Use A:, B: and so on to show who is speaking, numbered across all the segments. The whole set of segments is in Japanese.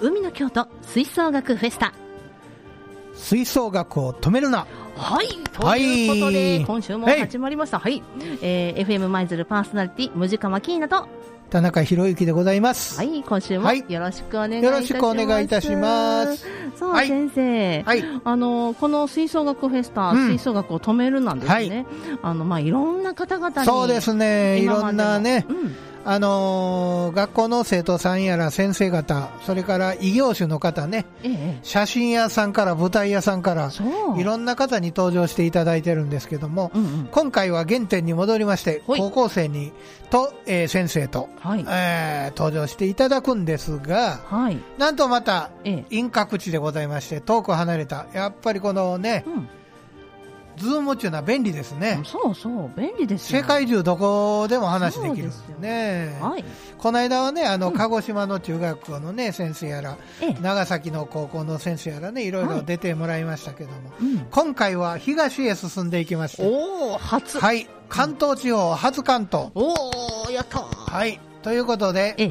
A: 海の京都吹奏楽フェスタ
B: 吹奏楽を止めるな
A: はいということで、
B: はい
A: 今週も始まりましたはい、えー、FM 舞鶴パーソナリティムジカマキーナと
B: 田中博之でございます
A: は
B: はい、
A: い今週も
B: はい
A: よろしくお願いいたします、
B: よろしくお願いいたします
A: さあ、
B: はい
A: 先生、
B: はい
A: あのこの吹奏楽フェスタ、
B: うん
A: 吹奏楽を止めるなんですね、あのまあいろんな方々に
B: そうですねい
A: 今まで
B: ろ
A: も
B: んなね
A: うん
B: あのー学校の生徒さんやら先生方それから異業種の方ね
A: ええ
B: 写真屋さんから舞台屋さんから
A: そう
B: いろんな方に登場していただいてるんですけども、
A: うんうん
B: 今回は原点に戻りまして
A: はい
B: 高校生にと、えー先生と、
A: はい
B: えー登場していただくんですが
A: はい
B: なんとまた
A: ええ
B: 遠隔地でございまして遠く離れたやっぱりこのね
A: うん
B: ズームっていうのは便利ですね
A: そうそう便利ですよ
B: 世界中どこでも話できる
A: そうですよ
B: ね
A: はい
B: この間はねあの鹿児島の中学校のね先生やら
A: ええ
B: 長崎の高校の先生やらねいろい
A: は
B: ろ
A: い
B: 出てもらいましたけども、
A: うん
B: 今回は東へ進んでいきまして
A: おお初、
B: はい関東地方初関東
A: おおやったー
B: はいということで、
A: え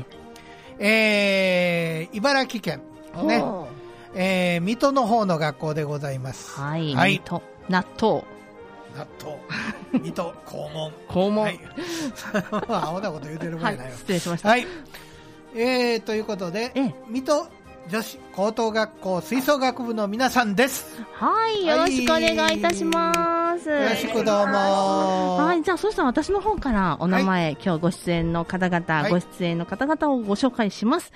A: え
B: えー、茨城県ね
A: おー
B: えー水戸の方の学校でございます
A: はい、
B: は
A: はいい、と納豆
B: 納豆水戸肛門
A: 肛門
B: は
A: はいい、
B: まあアホなこと言うてる場合ないよ
A: 失礼しました、
B: はい、えー、ということで、
A: ええ
B: 水戸女子高等学校吹奏楽部の皆さんです
A: はい、よろしくお願いいたします。
B: よろしくどうも
A: はい、じゃあ、そうしたら私の方からお名前、今日ご出演の方々、
B: はい
A: ご出演の方々をご紹介します。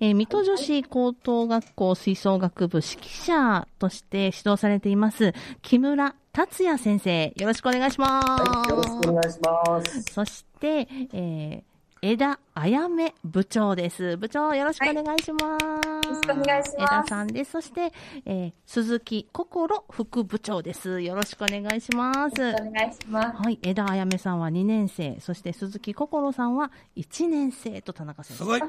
A: えー水戸女子高等学校吹奏楽部指揮者として指導されています、木村達也先生、よろしくお願いします。
C: はい、よろしくお願いします。
A: そして、えー、枝あやめ部長です。部長、よろしくお願いします。
D: よろしくお願いします
A: 枝さんです。そして、えー、鈴木心副部長です。よろしくお願いします。
D: お願いしま
A: はい、枝あやめさんは2年生、そして鈴木心さんは1年生と田中先
B: す
A: 生。
B: ごい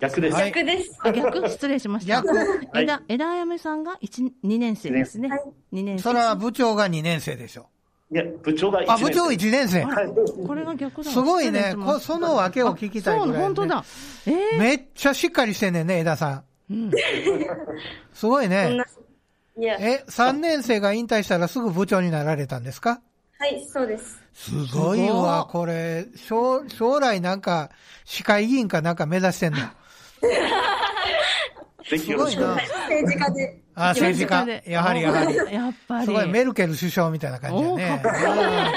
C: 逆です。
D: す。
B: はい
D: 逆です。
A: あ逆失礼しました。
B: 逆
A: 枝、枝あやめさんが1、2年生ですね
D: はい。
A: 2年
B: そ
A: 生。
B: れは部長が2年生でしょ
C: いや、部長が一
B: あ
C: 年
B: 部長1年生
C: はい。
A: これが逆だわ。
B: すごい
A: 失礼
B: ね
A: しま
B: こ
A: した
B: その訳を聞きたいぐらい、ね、
A: そう、本当だ。えー
B: めっちゃしっかりしてんねんね枝さん
A: うん
B: すごい
D: そん
B: ね
D: な。いや、
B: え3年生が引退したらすぐ部長になられたんですか
D: はい、そうです。
B: すごいわ、
A: す
B: これ。将将来なんか、市会議員かなんか目指してんの。
C: ぜひよろしくお願いします。
D: 政治家で。
B: あ、政治家。やはりやはり。
A: やっぱり。
B: すごい、メルケル首相みたいな感じだ
A: お
B: ね。
A: ー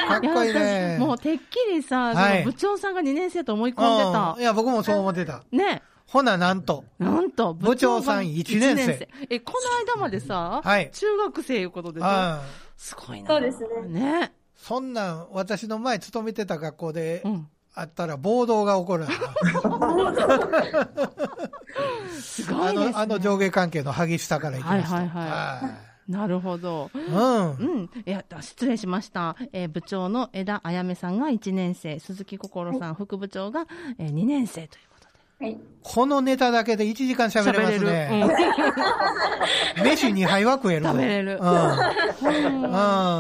B: かっこいいね。
A: もうてっきりさ、
B: はい
A: その部長さんが2年生と思い込んでた
B: うんい。や、僕もそう思ってた。
A: ね。
B: ほな、なんと。
A: なんと、
B: 部長さん一年生
A: 一え、この間までさ、
B: はい
A: 中学生いうことでさ、
B: あ
A: すごいな。
D: そうですね。
A: ね。
B: そんなん、私の前勤めてた学校で
A: うん。
B: あったら暴動が起こる な。
A: すご
B: あ
A: いですね。
B: の、あの上下関係の激しさからいきました。
A: はいはいはい
B: はい
A: なるほど。
B: うん
A: う。ん、いや失礼しました、えー部長の枝あやめさんが1年生鈴木心さん副部長が、え2年生ということで
D: はい。
B: このネタだけで1時間喋れますね。飯2杯は食えるぞ。
A: 食べれるうん
B: う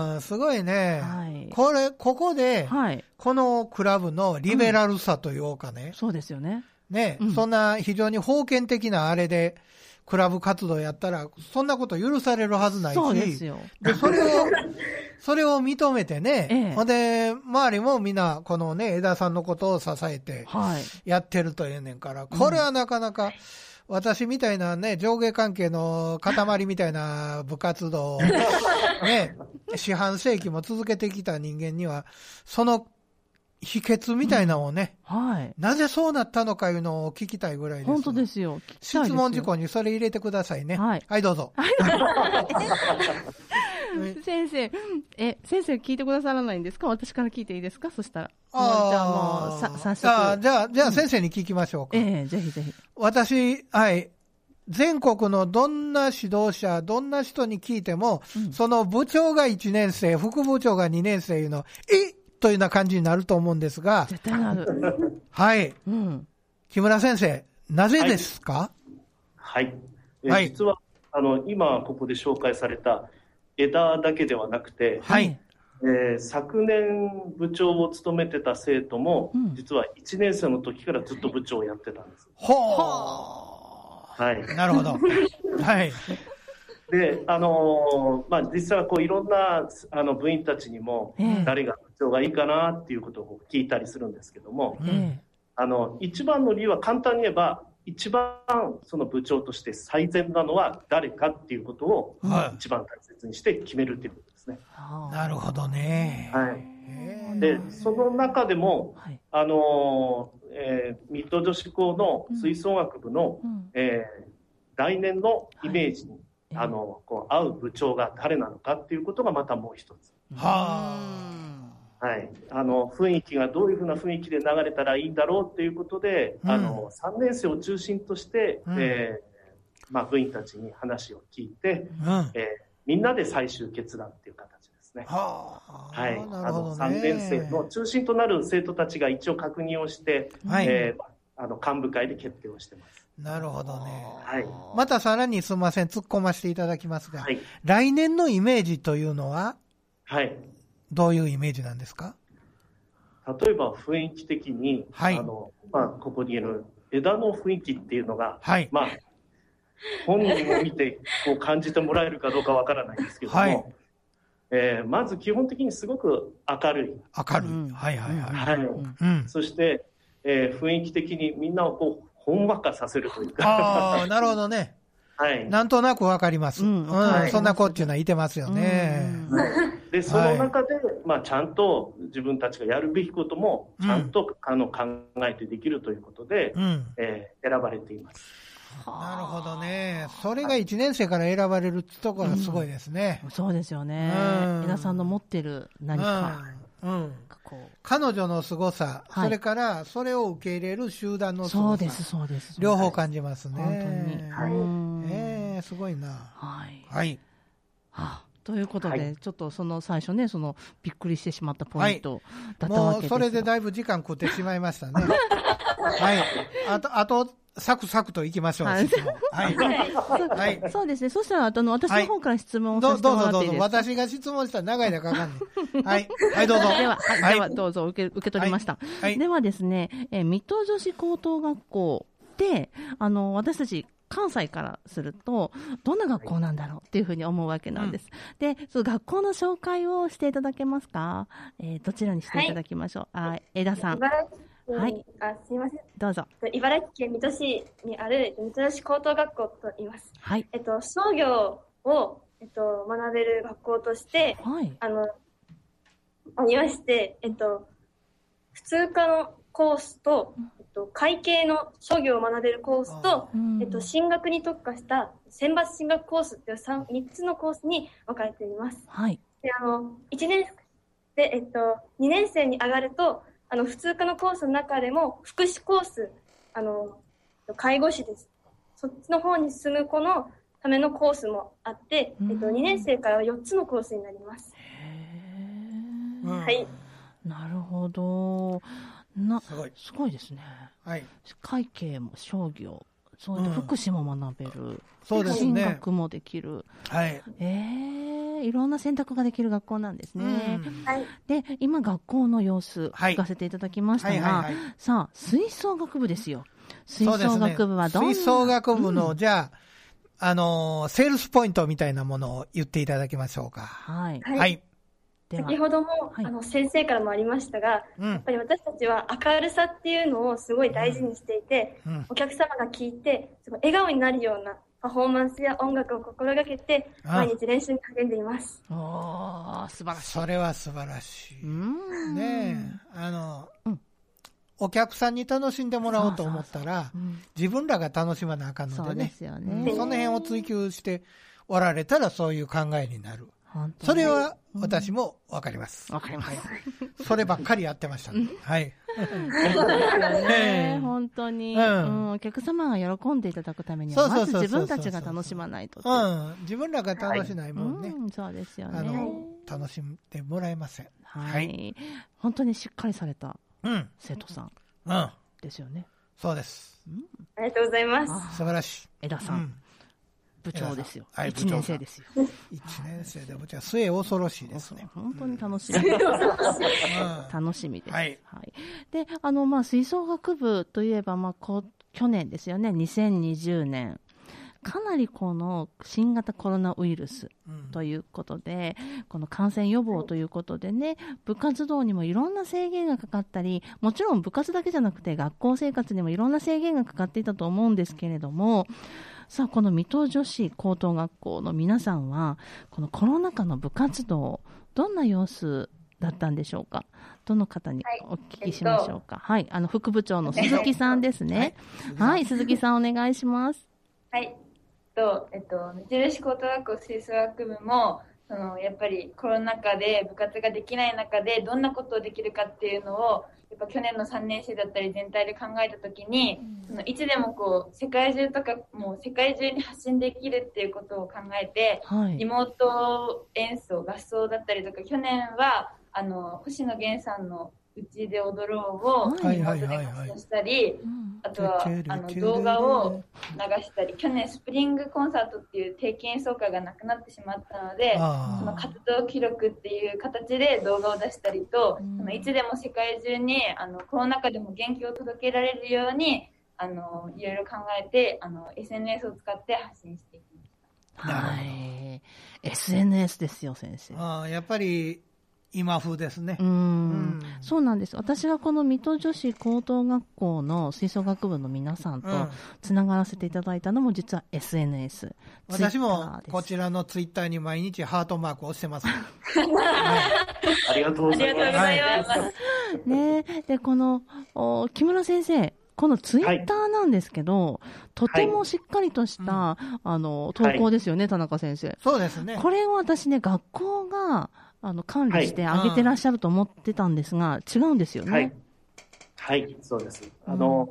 B: ん。うん。すごいね。
A: はい
B: これ、ここで、
A: はい
B: このクラブのリベラルさというかね、
A: そうですよね
B: ね、
A: うん
B: そんな非常に封建的なあれで、クラブ活動やったら、そんなこと許されるはずないし、
A: そうですよ
B: でそ れを、それを認めてね、
A: ええ
B: ほんで、周りもみんな、このね、枝さんのことを支えて、
A: はい
B: やってるというねんから、これはなかなか、私みたいなね、上下関係の塊みたいな部 活動を、ね、四半世紀も続けてきた人間には、その秘訣みたいなのをね、
A: はい
B: なぜそうなったのかいうのを聞きたいぐらいです。
A: 本当ですよ。聞きたいです
B: 質
A: よ
B: 問事項にそれ入れてくださいね。
A: はい
B: どうぞ。
A: 先生、え、先生聞いてくださらないんですか私から聞いていいですかそしたら。 もうじゃあもう、さ、
B: あ
A: 早
B: ー
A: 速。
B: じゃあ、じゃあ先生に聞きましょうか。
A: ええぜひぜひ。
B: 私、はい、全国のどんな指導者、どんな人に聞いても、その部長が1年生、副部長が2年生いうの、えというような感じになると思うんですが、
A: 絶対なる。
B: はい、
A: うん。
B: 木村先生、なぜですか、
C: はい。え
B: はい
C: 実は、あの、今ここで紹介された枝だけではなくて、
B: はい
C: えー昨年部長を務めてた生徒も、
A: うん
C: 実は1年生の時からずっと部長をやってたんです。
B: ほ
C: はい。
B: う。なるほど。はい。
C: で、あのーまあ、実際はこういろんなあの部員たちにも、
A: ええ
C: 誰が部長がいいかなっていうことを聞いたりするんですけども、
B: う
A: え
B: ん。
A: え
C: あの、一番の理由は簡単に言えば、一番その部長として最善なのは誰かっていうことを
B: は
C: 一番大切にして決めるっていうことですね。
B: い。なるほどね。
C: はい。
B: へ
C: で、その中でも、
A: はい。
C: あのーえー水戸女子校の吹奏楽部の、
A: うん
C: えー来年のイメージに、
A: ええ
C: あのこう合う部長が誰なのかっていうことがまたもう一つ、
B: は
C: はい、あの雰囲気がどういうふうな雰囲気で流れたらいいんだろうっていうことで、
B: うん
C: あの3年生を中心として、
B: うん
C: えーまあ、部員たちに話を聞いて、
B: あ。うん。は
C: えーみんなで最終決断っていう形ですね。
B: あ。
C: はい、あ
B: なるほ
C: の
B: どね。
C: 3年生の中心となる生徒たちが一応確認をして、
B: はい
C: えーあの幹部会で決定をしてます。
B: なるほどね。
C: はい
B: またさらにすみません、突っ込ませていただきますが、
C: はい、
B: 来年のイメージというのは、
C: はい
B: どういうイメージなんですか
C: 例えば雰囲気的に、
B: はい
C: あのまあ、ここにいる枝の雰囲気っていうのが、
B: はい。
C: まあ、本人を見てこう感じてもらえるかどうかわからないんですけども、
B: はい
C: えーまず基本的にすごく明るい、
B: 明るい。
A: うん
B: はいはいはい。
C: はい
A: ん
B: う ん。
C: そして、えー雰囲気的にみんなをこうほんわかさせるというか、
B: ああ、なるほどね。
C: はい、
B: なんとなくわかります。
A: う
B: うんん。
A: はい
B: そんな子っていうのはいてますよね。
A: うん
C: でその中で、まあ、ちゃんと自分たちがやるべきこともちゃんと、あの考えてできるということで、
B: うん。
C: えー選ばれています。
B: なるほどね。それが1年生から選ばれるってところがすごいですね。
A: そうですよね
B: うん。
A: 江田さんの持ってる
B: うん。
A: 何か、
B: うん
A: こう。
B: 彼女の凄さ、
A: はい
B: それからそれを受け入れる集団の
A: そ
B: 凄
A: うで
B: さ、
A: す、そうです。
B: 両方感じますね。
A: 本当に。
C: はい
A: うん
B: えー、すごいな。
A: はい。
B: はい。
A: はあということで、
C: はい
A: ちょっとその最初ね、そのびっくりしてしまったポイントだったわ
B: も
A: け
B: う
A: です
B: それで
A: だ
B: だいぶ時間食ってしまいまし たね。はい。あと、あと、サクサクといきましょう。
A: はい
B: 質問 はい。はい。
A: そうですね。そしたら、あの、私の方から質問をさ
B: ど
A: せて
B: ど
A: も
B: う
A: ら
B: ぞ
A: っ
B: ど
A: て
B: う
A: いい
B: ぞ
A: で。すか
B: 私が質問したら長いなかかんね ん。はい。はい、どうぞ。
A: では、はい
B: はい
A: ではどうぞ受け受け取りました。
B: はい
A: ではですね、えー水戸女子高等学校で、あの、私たち、関西からすると、どんな学校なんだろうっていうふうに思うわけなんです。で、その学校の紹介をしていただけますかえーどちらにしていただきましょう、あ、江田さん、
D: 茨城県、
A: は
D: はいい、あ、すいません。
A: どうぞ。
D: えっと茨城県水戸市にある水戸市高等学校と言います。
A: はい。
D: えっと、商業を、えっと、学べる学校として、
A: はい。
D: あの、ありまして、えっと、普通科のコースと、えっと、会計の商業を学べるコースと、えっと、進学に特化した選抜進学コースという 3, 三つのコースに分かれています。
A: はい。
D: で、あの、1年で、えっと、2年生に上がると、あの、普通科のコースの中でも、福祉コース、あの、介護士です。そっちの方に進む子のためのコースもあって、えっと、
A: うん
D: 2年生からは4つのコースになります。
A: へー
B: うん
D: はい。
A: なるほど。な、
B: すごい。
A: すごいですね。
B: はい。
A: 会計も商業、そうやって
B: うん
A: 福祉も学べる。
B: そうです
A: 進
B: ね。
A: 学もできる。
B: はい。
A: ええいろんな選択ができる学校なんです
B: う
A: ね。
B: ん
D: はい。
A: で、今学校の様子、
B: はい
A: 聞かせていただきました
B: は
A: が、
B: いはいはい。
A: さあ、吹奏楽部ですよ。吹
B: そうです
A: 奏
B: ね
A: 楽部はどんな
B: 吹奏楽部の、じゃあ、あのー、セールスポイントみたいなものを言っていただきましょうか。
A: はい。
D: はい。
B: はい。
A: で
D: 先
A: は、
D: ほども、
A: はい
D: あの、先生からもありましたが、や
B: うん
D: っ。ぱり私たちは明るさっていうのをすごい大事にしていて、
B: うん
D: お客様が聞いて、すごい笑顔になるようなパフォーマンスや音楽を心がけて、
B: あ
D: 毎日練習に励んでいます。
A: おー、素晴らしい。
B: それは素晴らし
A: うー
B: い。
A: ん。
B: ねえ、あの、
A: うん
B: お客さんに楽しんでもらおうと思ったら
A: う、ん
B: 自分らが楽しまなあかん
A: そ
B: ので
A: うで
B: ね。
A: すよ
B: う
A: ね。
B: んその辺を追求しておられたらそういう考えになる。
A: 本当に
B: それは私もわかります。
A: わかります。
B: そればっかりやってましたね。はい。
A: ね
B: ええ
A: 本当に、う
B: うんん
A: お客様が喜んでいただくためには、
B: そうそ
A: まず
B: うそうそう
A: 自分たちが楽しまないとっていう。
B: うん。自分らが楽しないもんね
A: う。んそうですよ
B: あ
A: ね
B: の。、楽しんでもらえません。
A: はい、
B: は
A: 本当にしっかりされた
B: うん。
A: 生徒さん
B: うん。
A: ですよね。
B: そうです。
D: ありがとうございます。
A: あ
B: 素晴らしい。
A: 江田
B: う
A: さん、
B: ん。
A: 部長ですよ。
B: はい
A: 一年生ですよ。
B: 1年生で部長、末恐ろしいですね。
A: 本当に楽しい。
B: うん
A: 楽しみです。
B: はい
A: で、あの、まあ、吹奏楽部といえば、まあ、こ去年ですよね、2020年。かなりこの新型コロナウイルス
B: うん
A: ということで、この感染予防ということでね、部活動にもいろんな制限がかかったり、もちろん部活だけじゃなくて学校生活にもいろんな制限がかかっていたと思うんですけれども、さあ、この水戸女子高等学校の皆さんは、このコロナ禍の部活動、どんな様子だったんでしょうかどの方にお聞きしましょうか、はい、あの、副部長の鈴木さんですね。はい、鈴木さんお願いします。
E: はい。と、えっと、無印高等学校吹奏楽部も、その、やっぱりコロナ禍で部活ができない中で、どんなことをできるかっていうのを、やっぱ去年の3年生だったり全体で考えたときに、そのいつでもこう、世界中とか、もう世界中に発信できるっていうことを考えて、
A: はい。
E: 妹演奏、合奏だったりとか、去年は、あの、星野源さんのうちで踊ろうを、
A: はい
E: リモートで活動したり、
A: うん
E: あとは、あの、動画を、流したり去年スプリングコンサートっていう定期演奏会がなくなってしまったのでその
B: あ
E: 活動記録っていう形で動画を出したりと、
A: うん
E: そのいつでも世界中にあのコロナ禍でも元気を届けられるようにあのいろいろ考えてあの SNS を使って発信していきます。
A: はい。SNS ですよ、先生。
B: ーあーやっぱり今風ですね
A: う。ん
B: うん
A: そうなんです。私がこの水戸女子高等学校の吹奏楽部の皆さんと
B: うん
A: つながらせていただいたのも実は SNS。
B: 私も
A: Twitter です
B: こちらのツイッターに毎日ハートマークを押し てます。
C: ありがとうございます。
B: ありが
E: とうございます。
A: ねで、この、お木村先生、このツイッターなんですけど、とてもしっかりとした、あの、投稿ですよね、田中先生。
B: そうですね。
A: これを私ね、学校が、あの、管理してあげてらっしゃると思ってたんですが、違うんですよね。
C: はい。はい、そうです。あの、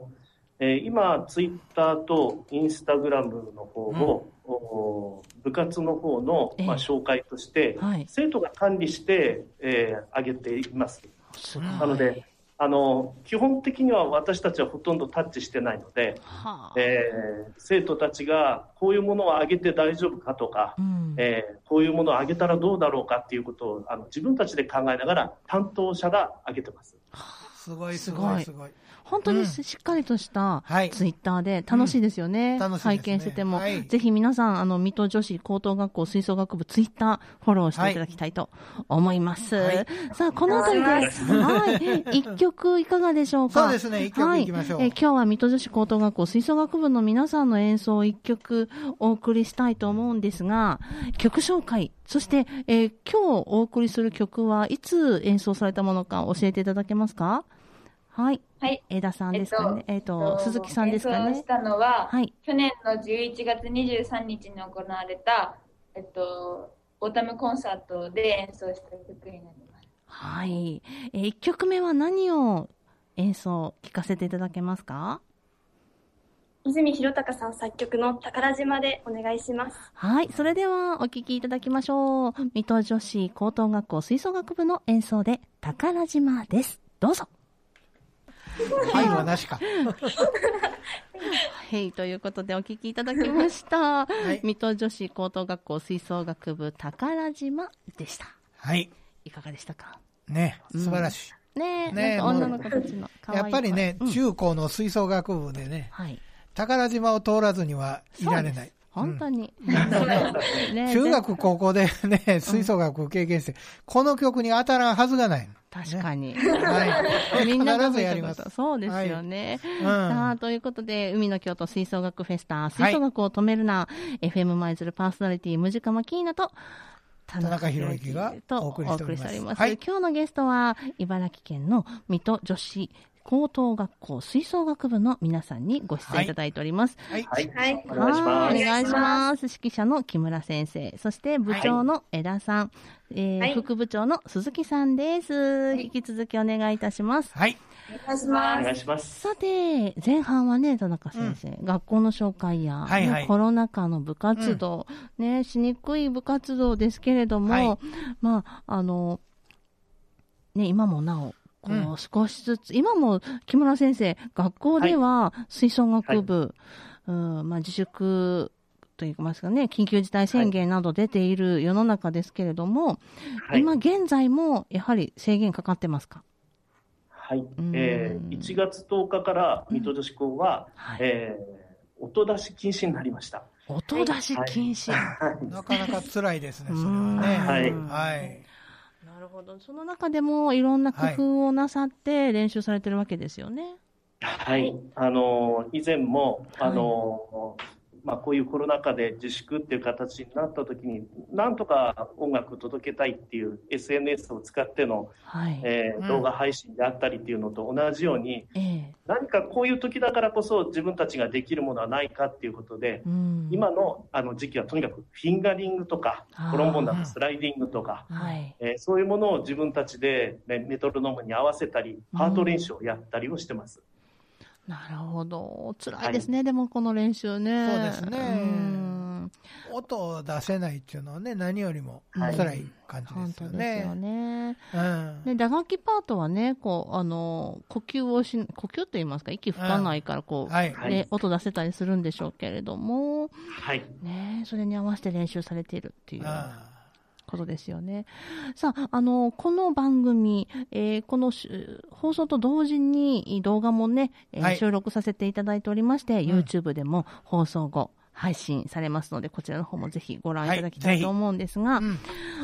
C: えー今、ツイッターとインスタグラムの方を、お部活の方の、まあ、
A: ええ
C: 紹介として、
A: はい
C: 生徒が管理して、えー上げています。
A: すごい
C: なので、あの、基本的には私たちはほとんどタッチしてないので、
A: はあ
C: えー生徒たちがこういうものを上げて大丈夫かとか、
A: うん
C: えーこういうものを上げたらどうだろうかっていうことをあの自分たちで考えながら担当者が上げてます。
B: すごいすごい
A: す
B: すごい。
A: 本当に
B: う
A: ししっかりとした
B: はい
A: ツイッターで楽しいですよね。
B: 楽しいですね
A: 拝見してても、
B: はい
A: ぜひ皆さん、あの、水戸女子高等学校吹奏楽部ツイッターフォローしていただきたいと思います。
B: はい
A: さあ、このあたりで、はい。一曲いかがでしょうか
B: そうですね一曲いきましょう
A: はいえー今日は水戸女子高等学校吹奏楽部の皆さんの演奏を一曲お送りしたいと思うんですが、曲紹介、そして、えー今日お送りする曲はいつ演奏されたものか教えていただけますかはい。
E: はい。
A: 枝さんですかね。えっ、
E: えっ
A: と、鈴木さんですか
E: 演奏
A: ね
E: し。たのは、
A: はい。
E: 去年の11月23日に行われた、えっと、オータムコンサートで演奏した曲になります。
A: はい。えー、1曲目は何を演奏聞かせていただけますか
D: 泉弘隆さん作曲の宝島でお願いします。
A: はい。それではお聴きいただきましょう。水戸女子高等学校吹奏楽部の演奏で、宝島です。どうぞ。
B: はいはなしか。
A: はい。ということでお聴きいただきました。
B: い
A: 水戸女子高等学校吹奏楽部宝島でした。
B: はい。
A: いかがでしたか
B: ね、素晴らし
A: ねえ、
B: ね
A: な
B: え
A: んか女の子たちの可愛
B: い。
A: い
B: やっぱりね
A: 声、うん
B: 中高の吹奏楽部でね、
A: はい。
B: 宝島を通らずにはいられない。
A: 本当に。 ね
B: 中学、高校でね、吹奏楽を経験して、この曲に当たらんはずがない。
A: 確かに。
B: は い。
A: みんな
B: 必
A: が
B: ずやります。
A: そうですよね。
B: うん。
A: さ
B: は
A: あ、ということで、海の京都吹奏楽フェスタ、吹奏楽を止めるな、FM 舞鶴パーソナリティ、ムジカマキーナと、田
B: 中宏之が
A: と
B: お
A: お
B: 送りしております
A: 送りしております。
B: はい
A: 今日のゲストは、茨城県の水戸女子高等学校吹奏楽部の皆さんにご出演いただいております。
B: い。
C: はい、
D: はい
C: お願いします。
A: はいお願いします。指揮者の木村先生、そして部長の江田さん、えー
D: はい
A: 副部長の鈴木さんです、引き続きお願いいたします。
B: はい。
E: お願いし
C: お
E: ま
C: 願
E: す。
C: いします。
A: さて、前半はね、田中先生、学校の紹介や、
B: はいはい
A: ねコロナ禍の部活動、ね、しにくい部活動ですけれども、
B: はい
A: まあ、あの、ね、今もなお、こ
B: う
A: う少しずつ、今も木村先生、学校では吹奏楽部、うんまあ、自粛といいますかね、緊急事態宣言など出ている世の中ですけれども、
C: はい
A: 今現在もやはり制限かかってますか
C: はいえ
A: うん
C: ー、1月10日から水戸女子校は、
A: はい。
C: えー音出し禁止になりました。
A: 音出し禁止。
B: なかなか辛いですね、それは
C: はい
B: ね。
A: うん
B: はい。
A: なるほど。その中でもいろんな工夫をなさって練習されてるわけですよね。
C: はい、あの以前も、あのまあ、こういうコロナ禍で自粛っていう形になった時になんとか音楽を届けたいっていう SNS を使っての、
A: はい。
C: えー
B: うん
C: 動画配信であったりっていうのと同じように
A: ええ
C: 何かこういう時だからこそ自分たちができるものはないかっていうことで
A: うん。
C: 今のあの時期はとにかくフィンガリングとか
A: あー
C: コロンボンだとスライディングとか。
A: はい。
C: えーそういうものを自分たちで、ね、メトロノームに合わせたり、パート練習をやったりをしてます。
A: なるほど。辛いですね、でもこの練習ね。
B: そうですね
A: うん
B: 音を出せないっていうのはね、何よりも
A: はい
B: 辛い感じで
A: 本
B: す
A: 当
B: よ
A: ですよ
B: ね。
A: ね。
B: うん
A: ね、打楽器パートはね、こう、あの、呼吸をし、呼吸と言いますか、息吹かないから、こう、
B: はい。
C: はい
A: ね、音出せたりするんでしょうけれども、
C: はい
A: ね、それに合わせて練習されているっていう
B: あ
A: ことですよね。さあ、あの、この番組、えーこのしゅ放送と同時に動画もね、えー
B: はい
A: 収録させていただいておりまして、
B: ん
A: YouTube でも放送後、配信されますので、こちらの方もぜひご覧いただきた
B: はい
A: い
B: ぜひ
A: と思うんですが、
B: うん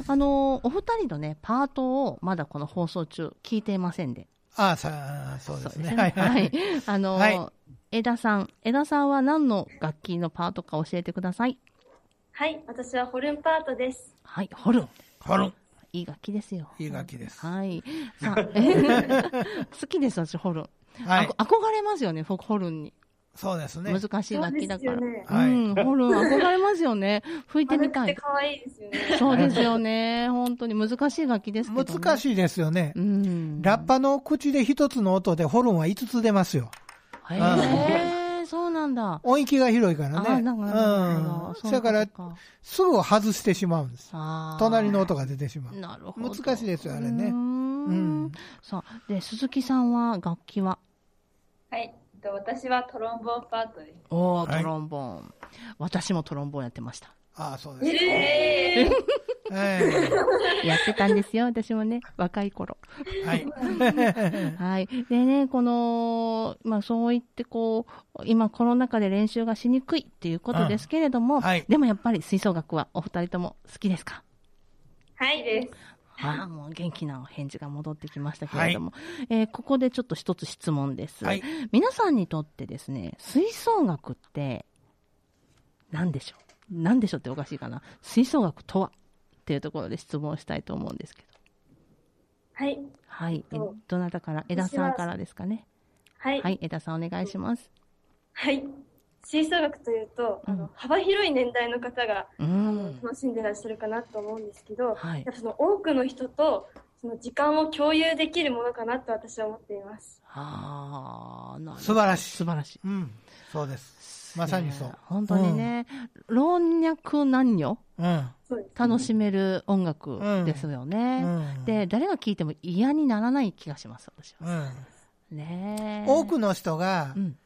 A: あの、お二人のね、パートをまだこの放送中、聞いていませんで。
B: ああ、さあ、そうですね。
A: は
B: はいい。
A: は
B: はいい。。
A: あの、
B: はい
A: 枝さん、枝さんは何の楽器のパートか教えてください。
D: はい、私はホルンパートです。
A: はい、ホルン。
B: ホルン。
A: いい楽器ですよ。
B: いい楽器です
A: はい。さあ、えー好きです、私、ホルン。
B: はい。
A: あこ憧れますよね、フォホルンに。
B: そうですね。
A: 難しい楽器だから。
D: そうで
B: よ
D: す
B: ね
A: うん、ホルン憧れますよね。吹いて
D: 丸
A: み
D: く
A: た
D: て
A: い。
D: 可愛いですよね。
A: そうですよね。本当に難しい楽器ですけど、ね。
B: 難
A: い。
B: しいですよね
A: う。ん。
B: ラッパの口で一つの音でホルンは5つ出ますよ。
A: へえ、そうなんだ。
B: 音域が広いから
A: ああ、
B: ね。
A: なんかなるほ
B: うん
A: ど。。そう
B: だから
A: いう、ことか
B: すぐ外してしまうんです。
A: あー
B: 隣の音が出てしまう。
A: なるほど。
B: 難しいですよ、あれね
A: うー。
B: うんん。
A: さあ、で、鈴木さんは楽器は
E: はい、えっと私はトロンボーンパートです。
A: おー、
B: はい
A: トロンボーン、私もトロンボーンやってました。
B: ああ、そうですか。
E: えー、
B: え
A: やってたんですよ、私もね、若い頃。
B: え は
A: は
B: い。
A: い。でね、この、まあそう言ってこう、今コロナ禍で練習がしにくいっていうことですけれども、
B: うんはい
A: でもやっぱり吹奏楽はお二人とも好きですか
D: はい
E: いいです。
A: ああ、もう元気なお返事が戻ってきましたけれども、えーここでちょっと一つ質問です。
B: はい
A: 皆さんにとってですね、吹奏楽って、何でしょう何でしょうっておかしいかな。吹奏楽とはっていうところで質問したいと思うんですけど。
D: はい、
A: はい。え
D: そう
A: どなたから、枝さんからですかね。
D: はい、
A: は
D: はい。
A: い、枝さんお願いします。
D: 吹奏楽というと、あ
A: うん
D: の幅広い年代の方が
A: う
D: あの
A: ん。
D: 楽しんでらっしゃるかなと思うんですけど、
A: はい
D: やっぱその多くの人とその時間を共有できるものかなと私は思っています。
A: ああ、なるほど
B: 素晴らしい
A: 素晴らしい。
B: うん。そうです。まさにそう
A: ね。本当にね、老若男女
B: うん。
D: そうです。
A: 楽しめる音楽ですよね。
B: うん
A: で、誰が聴いても嫌にならない気がします、私は。
B: うん。
A: ねえ
B: 多くの人が
A: うん、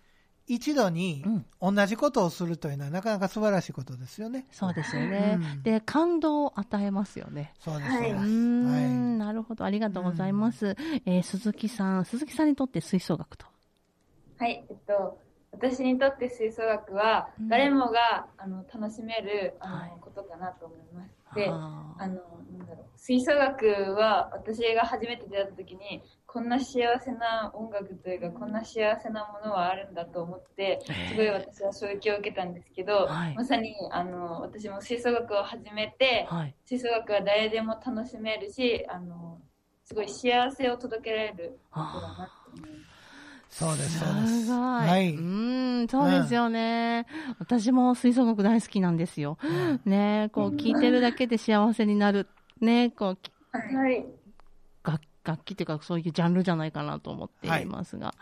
B: 一度に
A: うん
B: 同じことをするというのはなかなか素晴らしいことですよね。
A: そうですよね、
B: うん
A: で、感動を与えますよね。
B: そうです。
D: は
B: そう
D: い
A: うん
B: ですはい。
A: なるほど。ありがとうございます。えー鈴木さん、鈴木さんにとって吹奏楽とは。
E: はい、えっと私にとって吹奏楽は
A: うん
E: 誰もが、あの楽しめるあの、
A: はい
E: ことかなと思います。で、
A: あー
E: あのなんだろう吹奏楽は私が初めて出会った時にこんな幸せな音楽というかこんな幸せなものはあるんだと思ってすごい私は衝撃を受けたんですけど、
A: はい
E: まさにあの私も吹奏楽を始めて
A: はい。
E: 吹奏楽は誰でも楽しめるしあのすごい幸せを届けられることだなと思います。
B: そうです。そうですす。
A: ごい。
B: はい。
A: うん、そうですよね。私も吹奏楽大好きなんですよ。ねこう、聴いてるだけで幸せになる。ねこう、き
D: はい。
A: 楽楽器っていうか、そういうジャンルじゃないかなと思っていますが。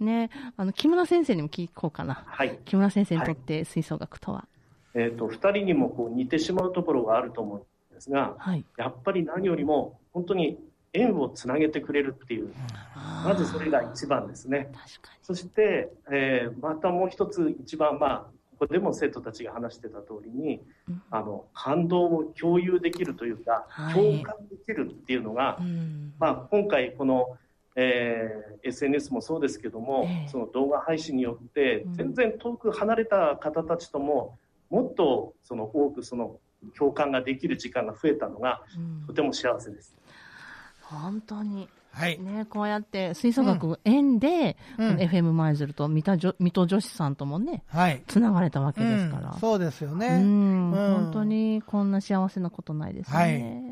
B: うん
A: ねあの、木村先生にも聞こうかな。
C: はい
A: 木村先生にとって吹奏楽とは。
C: えー、と2人にもこう似てしまうところがあると思うんですが
A: はい。
C: やっぱり何よりも本当に縁をつなげてくれるっていうまずそれが一番ですね
A: 確か
C: そして、えーまたもう一つ一番、まあ、ここでも生徒たちが話してた通りにあの感動を共有できるというか
A: はい
C: 共感できるっていうのが、
A: うん
C: まあ、今回この、えー SNS もそうですけども、
A: ええ
C: その動画配信によって
A: うん
C: 全然遠く離れた方たちとももっとその多くその共感ができる時間が増えたのが
A: うん
C: とても幸せです。
A: 本当に。
B: はい。
A: ね、こうやって吹奏楽縁で、
B: うん
A: この FM 舞鶴と水戸女水戸女子さんともね、
B: はい。
A: つながれたわけですから。
B: うんそうですよね。
A: うん、
B: うん
A: 本当にこんな幸せなことないですね。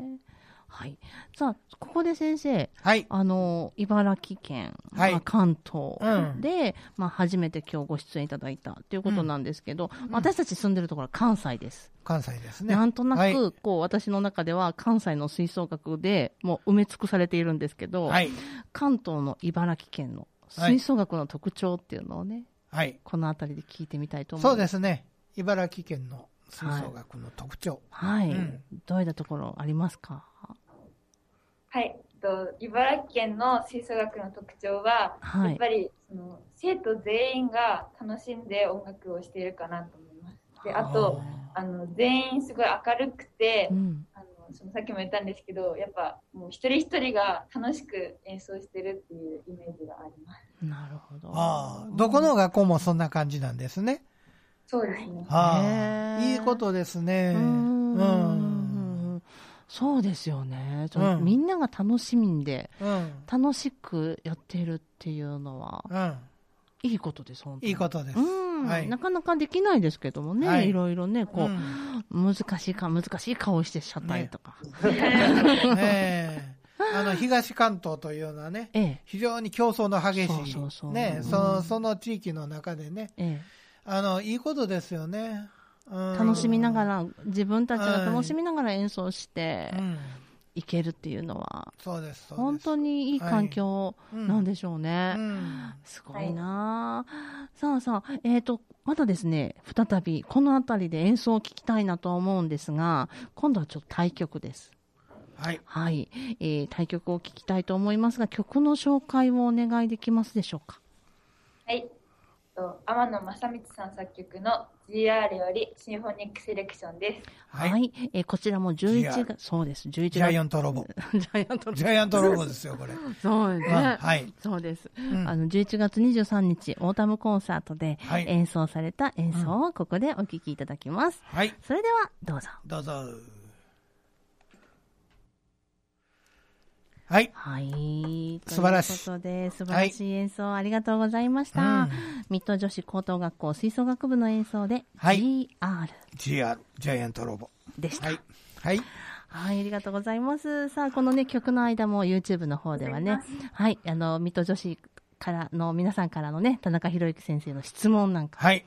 A: はい。さあ、ここで先生、
B: はい。
A: あの、茨城県、
B: はい
A: まあ関東
B: うん
A: で、まあ、初めて今日ご出演いただいたということなんですけど、まあ私たち住んでるところは関西です。
B: 関西ですね。
A: なんとなく、
B: はい。
A: こう、私の中では関西の吹奏楽でもう埋め尽くされているんですけど、
B: はい。
A: 関東の茨城県の吹奏楽の特徴っていうのをね、
B: はい。
A: この辺りで聞いてみたいと思いま
B: そ
A: す。
B: うですね。茨城県の吹奏楽の特徴。
A: はい、
B: うん
A: どういったところありますか
E: はい、えっと茨城県の吹奏楽の特徴は、
A: はい
E: やっぱりその生徒全員が楽しんで音楽をしているかなと思います。であとあの全員すごい明るくて、
A: うん、
E: あのそのさっきも言ったんですけどやっぱもう一人一人が楽しく演奏してるっていうイメージがあります。
A: なるほど。
B: ああ、どこの学校もそんな感じなんですね。
E: そうですね。
B: ああ、
A: へえ
B: いいことですね。
A: う
B: うんん。うん。
A: そうですよね、その
B: うん
A: みんなが楽しみんで、
B: うん。
A: 楽しくやってるっていうのは、いいことです、本当に
B: いいことです。
A: うん、
B: はい
A: なかなかできないですけどもね、、
B: はいい
A: ろいろね、こ
B: うん
A: う、難しいか、難しい顔してしちゃったりとか。
B: ねえあの、東関東というのはね、
A: ええ、
B: 非常に競争の激
A: そう
B: し
A: そうそう
B: い。ね
A: う
B: え
A: ん
B: その、その地域の中でね、
A: ええ、
B: あの、いいことですよね。うん
A: 楽しみながら、自分たちが楽しみながら演奏して
B: うん、
A: いけるっていうのは、
B: そうです、そうです。
A: 本当にいい環境なんでしょうね。
B: うん。
A: すごいなあさあさあ、えっ、と、またですね、再び、この辺りで演奏を聞きたいなとは思うんですが、今度はちょっと対局です。
B: はい。
A: はい。えー対局を聞きたいと思いますが、曲の紹介をお願いできますでしょうか。
E: はい。えっと天野正道さん作曲の GR よりシンフォニックセレクションです。
A: はい。
B: はい。
A: えーこちらも11
B: 11
A: 月、そうです、11月。
B: ジャイアント ロボ。
A: ジャイアント
B: ジャイアントロボですよ、これ。
A: そうですね。
B: はい。
A: そうです。
B: ん
A: あの、11月23日、オータムコンサートで
B: はい
A: 演奏された演奏をここでお聴きいただきます。
B: はい。
A: それでは、どうぞ。
B: どうぞ。はい。
A: はい。
B: 素晴らしい
A: ということで、素晴らしい演奏、ありがとうございました。
B: うん
A: 水戸女子高等学校吹奏楽部の演奏で、
B: はい
A: GR
B: GR、ジャイアントロボ。
A: でした。は
B: は
A: いい。。
B: はい。
A: ありがとうございます。さあ、このね、曲の間も YouTube の方ではね、はい、あの、水戸女子からの、皆さんからのね、田中博之先生の質問なんか
B: はい。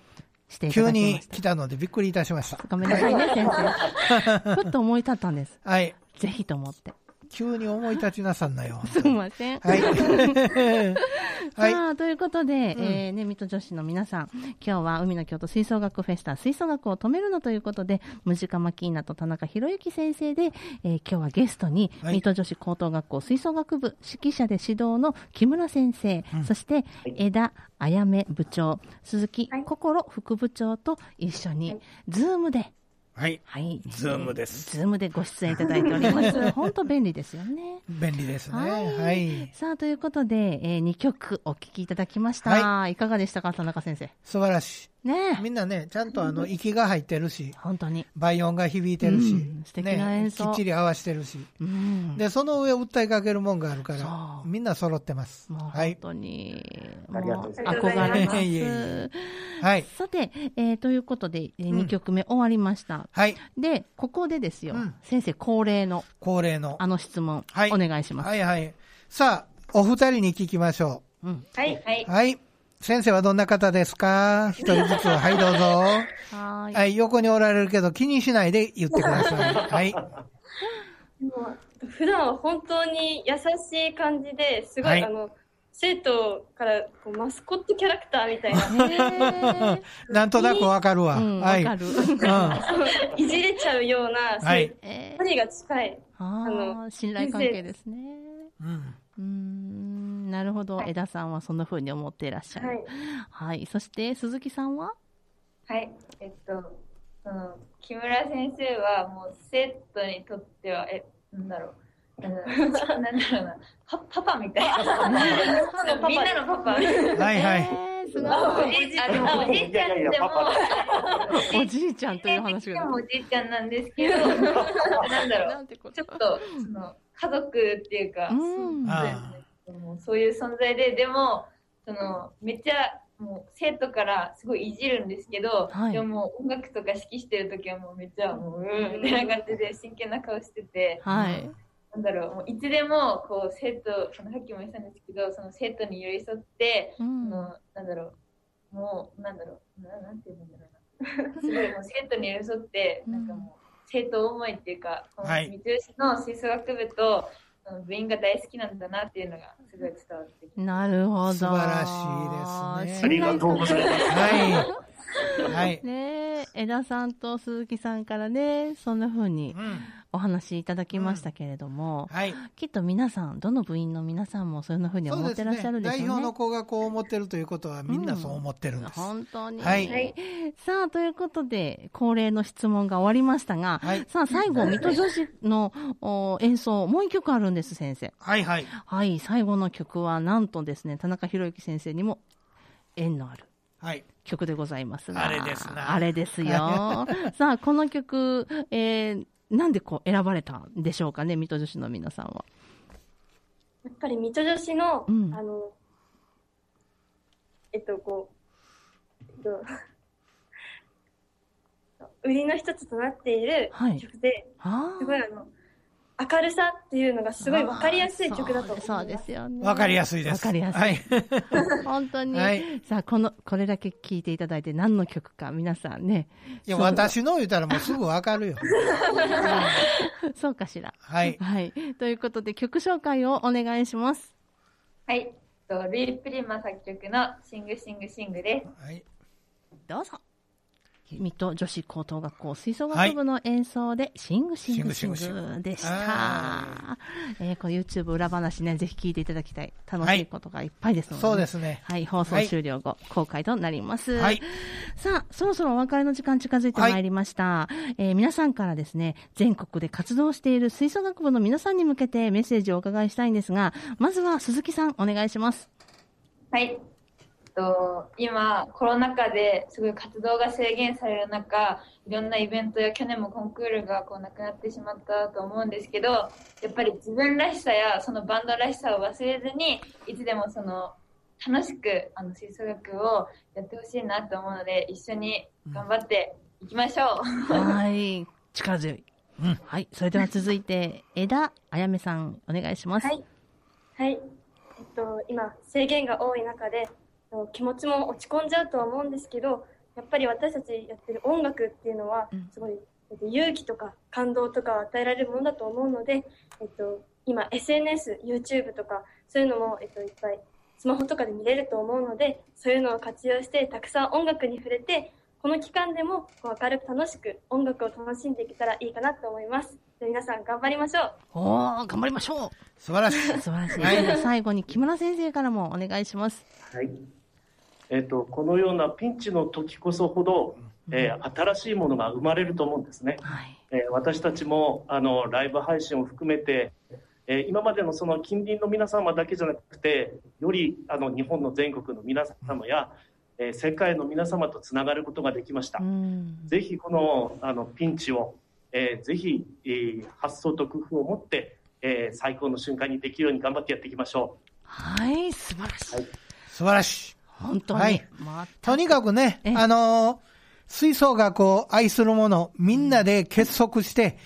A: していた
B: 急
A: だき
B: に
A: ました。
B: 来たのでびっくりいたしました。
A: ごめんなさいね、先 生。ふっと思い立ったんです。
B: はい。
A: ぜひと思って。
B: 急に思い立ちなさんなよ。
A: すみません。
B: はい。 はい。
A: さあ、ということで、えーね、水戸女子の皆さん、今日は海の京都吹奏楽フェスタ、吹奏楽を止めるのということで、ムジカマキーナと田中博之先生で、えー今日はゲストに、
B: はい
A: 水戸女子高等学校吹奏楽部指揮者で指導の木村先生、そして、枝あやめ部長、鈴木心副部長と一緒に、ズームで、
B: はい。
A: はい。
B: ズームです
A: えーズームでご出演いただいており ます。本当便利ですよね。
B: 便利ですね。
A: はい
B: はい。
A: さあ、ということで、え2曲お聴きいただきました。い、かがでしたか、田中先生。
B: 素晴らしい。み
A: ねえ。
B: んなね、ちゃんとあの、息が入ってるし、
A: 本当に。
B: 倍音が響いてるし、
A: うん素敵な演奏
B: ね、きっちり合わしてるし。
A: うん。
B: で、その上訴えかけるもんがあるか
A: そ
B: ら、
A: う
B: みんな揃ってます。
A: もう
B: は
A: 本
B: い。
A: 当に、
C: ありがと
A: も
C: う
A: う
C: ござ
D: います
A: 憧れま
B: いえいえい
A: す。
B: はい。
A: さて、えーということで、え
B: うん
A: 2曲目終わりました。
B: はい。
A: で、ここでですよ、
B: うん
A: 先生恒例の
B: 恒例の
A: あ。の質問、
B: はい
A: お願いします。
B: はいはい。さあ、お二人に聞きましょ。。
A: うん
E: はい。はいう
B: はい。先生はどんな方ですか一人ずつ。はい、どうぞ。
A: はーい。
B: はい、横におられるけど気にしないで言ってください。はい。
D: もう普段は本当に優しい感じですごい、
B: はい
D: あの生徒からこうマスコットキャラクターみたいな
A: へー
B: なんとなくわかるわ。
A: うん、わ
B: はい。
A: かる。
B: うん。
D: いじれちゃうような、
B: は い
D: そう
A: え
D: 距離が近い。
A: ー、ああ、信頼関係ですね。
B: うん。
A: うーんなるほど、
E: はい
A: 江田さんはそんな風に思っていらっしゃ
D: は
A: る。
D: い。
A: はい、そして鈴木さんは
E: はい、えっと、その木村先生はもう生徒にとっては、え、なんだろう、 あのなんだろうな、パパパみたい な、みんなのパパ。
B: はいはい。
A: えー、す
E: あ
A: ご
E: おじいちゃん、あおじいちゃん
C: いやいや
E: でも
C: パパ、
A: い。おじいちゃんという話
E: で
A: が
E: もおじいちゃんなんですけど、なん
A: 出
E: だ
A: た。
E: ろ
A: な
E: う、
A: んてこと
E: ちょっと、その、家族っていうか、
A: うん
E: そうですねもうそういう存在で、でも、その、めっちゃ、もう生徒からすごいいじるんですけど、
A: はい
E: でももう音楽とか指揮してる時はもうめっちゃもう、うん、みたいな感じで真剣な顔してて、
A: はい。
E: なんだろう、もういつでもこう生徒、そのさっきも言ったんですけど、その生徒に寄り添って、
A: う
E: そ
A: ん
E: のなんだろう、もう、なんだろう、ななんていうんだろうな。すごいもう生徒に寄り添って、なんかもう、生徒思いっていうか、この
B: はい
E: 三吉の吹奏楽部と、あの部員が大好きなんだなっていうのが、すごい伝わってきて。
A: なるほど。
B: 素晴らしいですね
C: ありがとうございます。
B: はい。はい。
A: ねえ、江田さんと鈴木さんからね、そんな風に
B: うん。
A: お話いただきましたけれども、
B: はい。
A: きっと皆さん、どの部員の皆さんもそんな風に
B: そう
A: 思っ
B: で
A: て
B: す
A: らっしゃる
B: ね。
A: んでしょう
B: 代
A: ね。
B: 表の子がこう思ってるということは、みんなそう思ってるんです。
A: 本当に。
B: はい
D: はい
A: さあ、ということで、恒例の質問が終わりましたが、
B: はい
A: さあ、最後、水戸女子のお演奏、もう一曲あるんです、先生。
B: はいはい。
A: はい、最後の曲は、なんとですね、田中博之先生にも縁のある
B: はい。
A: 曲でございますが。
B: あれですな
A: あれです よ。さあ、この曲、えー、なんでこう選ばれたんでしょうかね、水戸女子の皆さんは。
D: やっぱり水戸女子の、
A: うん
D: あの、えっと、こう、えっと、 売りの一つとなっている
A: はい
D: 曲で、
A: あー
D: すごいあの、明るさっていうのがすごいわかりやすい曲だと思います。
A: そうですそうですよね。
B: わかりやすいです。
A: わかりやすい
B: はい。
A: 本当に、
B: はい
A: さあこのこれだけ聞いていただいて何の曲か皆さん ね
B: いや、
A: そう
B: 私の言うたらもうすぐわかるよ。
A: そうかしら
B: はい。
A: はいということで曲紹介をお願いします
E: はい。えっとルイ・プリマ作曲のシングシングシングです。
B: はい。
A: どうぞ水戸女子高等学校吹奏楽部の演奏で、シングシングシン
B: シングシン
A: グ
B: グシング
A: でした
B: あ。
A: えー、こう YouTube 裏話ね、ぜひ聞いていただきたい。楽しいことがいっぱいですので、ね
B: そうですね。
A: はい、放送終了後、公開となります。
B: はい。
A: さあ、そろそろお別れの時間近づいてまいりました。えー皆さんからですね、全国で活動している吹奏楽部の皆さんに向けてメッセージをお伺いしたいんですが、まずは鈴木さん、お願いします。
E: はい。えっと今、コロナ禍ですごい活動が制限される中、いろんなイベントや去年もコンクールがこうなくなってしまったと思うんですけど、やっぱり自分らしさやそのバンドらしさを忘れずに、いつでもその楽しくあの吹奏楽をやってほしいなと思うので、一緒に頑張っていきましょう。
A: はい、力強い。
B: うん
A: はい、それでは続いて、枝あやめさん、お願いします。
D: はいはい。えっと、今、制限が多い中で、あの気持ちも落ち込んじゃうとは思うんですけど、やっぱり私たちやってる音楽っていうのは
A: うん、
D: すごい、えっと勇気とか感動とかを与えられるものだと思うので、えっと、今、SNS、YouTube とか、そういうのも、えっと、いっぱい、スマホとかで見れると思うので、そういうのを活用して、たくさん音楽に触れて、この期間でもこう明るく楽しく音楽を楽しんでいけたらいいかなと思います。で皆さん頑張りましょう。
A: おー、頑張りましょう
B: 素晴らしい。
A: 素晴らしい。
B: はい
A: では最後に木村先生からもお願いします。
C: はい。えっ、と、このようなピンチの時こそほど、えー新しいものが生まれると思うんですね。
A: はい。
C: えー私たちもあのライブ配信を含めて、えー今までのその近隣の皆様だけじゃなくてよりあの日本の全国の皆様や、えー世界の皆様とつながることができました、
A: うん。
C: ぜひこのあのピンチを、えーぜひ、えー発想と工夫を持って、えー最高の瞬間にできるように頑張ってやっていきましょ
A: はい、素晴らしい。
B: 素晴らしい。
A: 本当に。
B: はい
A: また
B: とにかくね
A: ええ、
B: あのー吹奏楽を愛する者、みんなで結束して、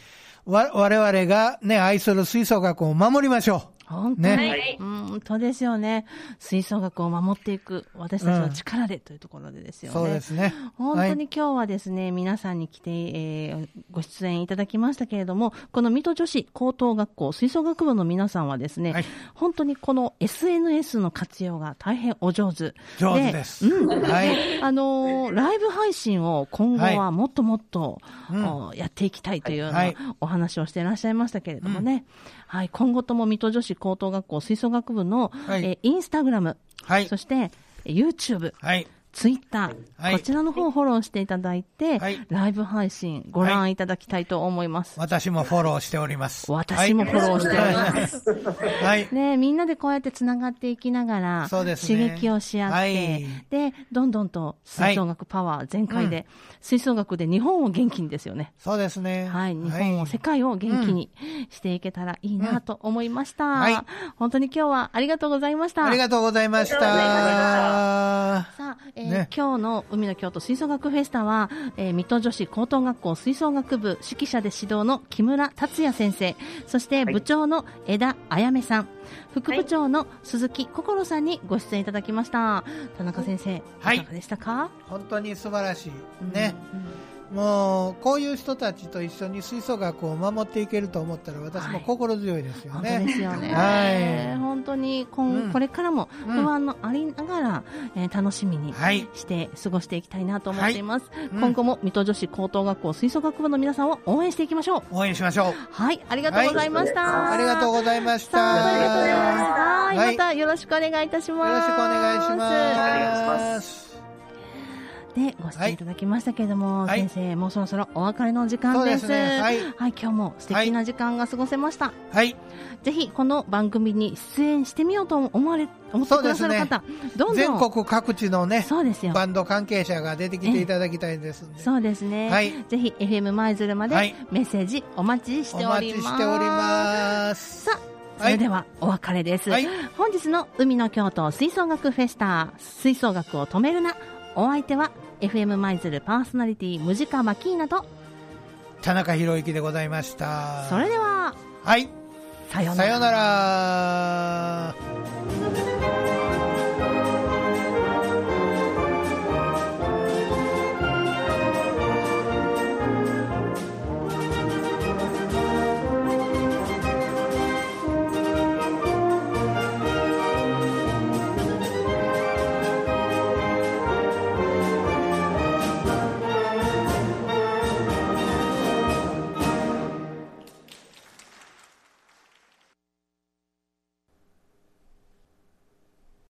B: わ、我々がね、愛する吹奏楽を守りましょ
A: 本当に、
B: ね
E: はい。
A: うん、本当ですよね。吹奏楽を守っていく、私たちの力でというところでです
B: う。
A: よね。
B: そうですね。
A: 本当
B: はい
A: に今日はですね、皆さんに来て、えーご出演いただきましたけれども、この水戸女子高等学校吹奏楽部の皆さんはですね、
B: はい
A: 本当にこの SNS の活用が大変お上手。
B: 上手です。はい。
A: あのーライブ配信を今後はもっともっと、
B: うん
A: おやっていきたいというよう
B: は
A: ないお話をしていらっしゃいましたけれどもね、はい、今後とも水戸女子高等学校吹奏楽部の、
B: い
A: えーインスタグラム、
B: はい
A: そ。してえー YouTube、
B: はい。
A: ツイッター、
B: はい
A: こちらの方をフォローしていただいて、
B: はい
A: ライブ配信ご覧いただきたいと思います。
B: 私もフォローしております。
A: 私もフォローしております。
B: はい。はい
A: ねみんなでこうやってつながっていきながら、
B: そうですね
A: 刺激をし合って、
B: はい
A: で、どんどんと吹奏楽パワー全開で、吹奏楽で日本を元気にですよね。
B: そうですね。
A: はい、日本を、世界を元気にしていけたらいいなと思いました。
B: はい
A: 本当に今日はありがとうございました。
B: ありがとうございました。
A: さあ、えー
B: ね
A: 今日の海の京都吹奏楽フェスタは、えー水戸女子高等学校吹奏楽部指揮者で指導の木村達也先生、そして
C: はい
A: 部長の枝あやめさん、副
D: は
A: 部
D: い
A: 長の鈴木心さんにご出演いただきました。田中先生、
B: はい
A: いかがでしたか、
B: 本当に素晴らしい。ね。
A: うん。
B: もう、こういう人たちと一緒に吹奏楽を守っていけると思ったら、私も心強いですよ
A: 本
B: ね。
A: 当ですよね。
B: はい
A: 本当に今、
B: うん
A: これからも不安のありながら、えー楽しみに
B: はい。
A: して過ごしていきたいなと思っています。
B: うん
A: 今後も水戸女子高等学校吹奏楽部の皆さんを応援していきましょう。
B: 応援しましょう。
A: はい、ありがとうございました。
B: ありがとう
A: う
B: ございまし
A: さ
B: た。
A: あ、ありがとうございました。
B: い
A: はい、またよろしくお願いいたします。
B: よろしくお願いし
C: ありがとうござい
B: ま。
C: ます
A: で、ご出演いただきましたけれども、
B: はい
A: 先生、もうそろそろお別れの時間です。
B: そうですねはい
A: 今日も素敵な時間が過ごせました。
B: はい。
A: ぜひ、この番組に出演してみようと思われ、思ってくださる方、どんどん。
B: 全国各地のね、
A: そうですよ。
B: バンド関係者が出てきていただきたいですんで。
A: そうですね。
B: はい
A: ぜひ、FM 舞鶴まで
B: はい
A: メッセージお待ちし
B: お
A: てお
B: 待
A: り
B: ち
A: ます。
B: しております。
A: さそれではお別れです、
B: はい
A: 本日の海の京都吹奏楽フェスタ吹奏楽を止めるなお相手は FM 舞鶴パーソナリティムジカマキーナと
B: 田中宏之でございました。
A: それでは
B: はい。
A: さような
B: さ
A: ら
B: ようなら。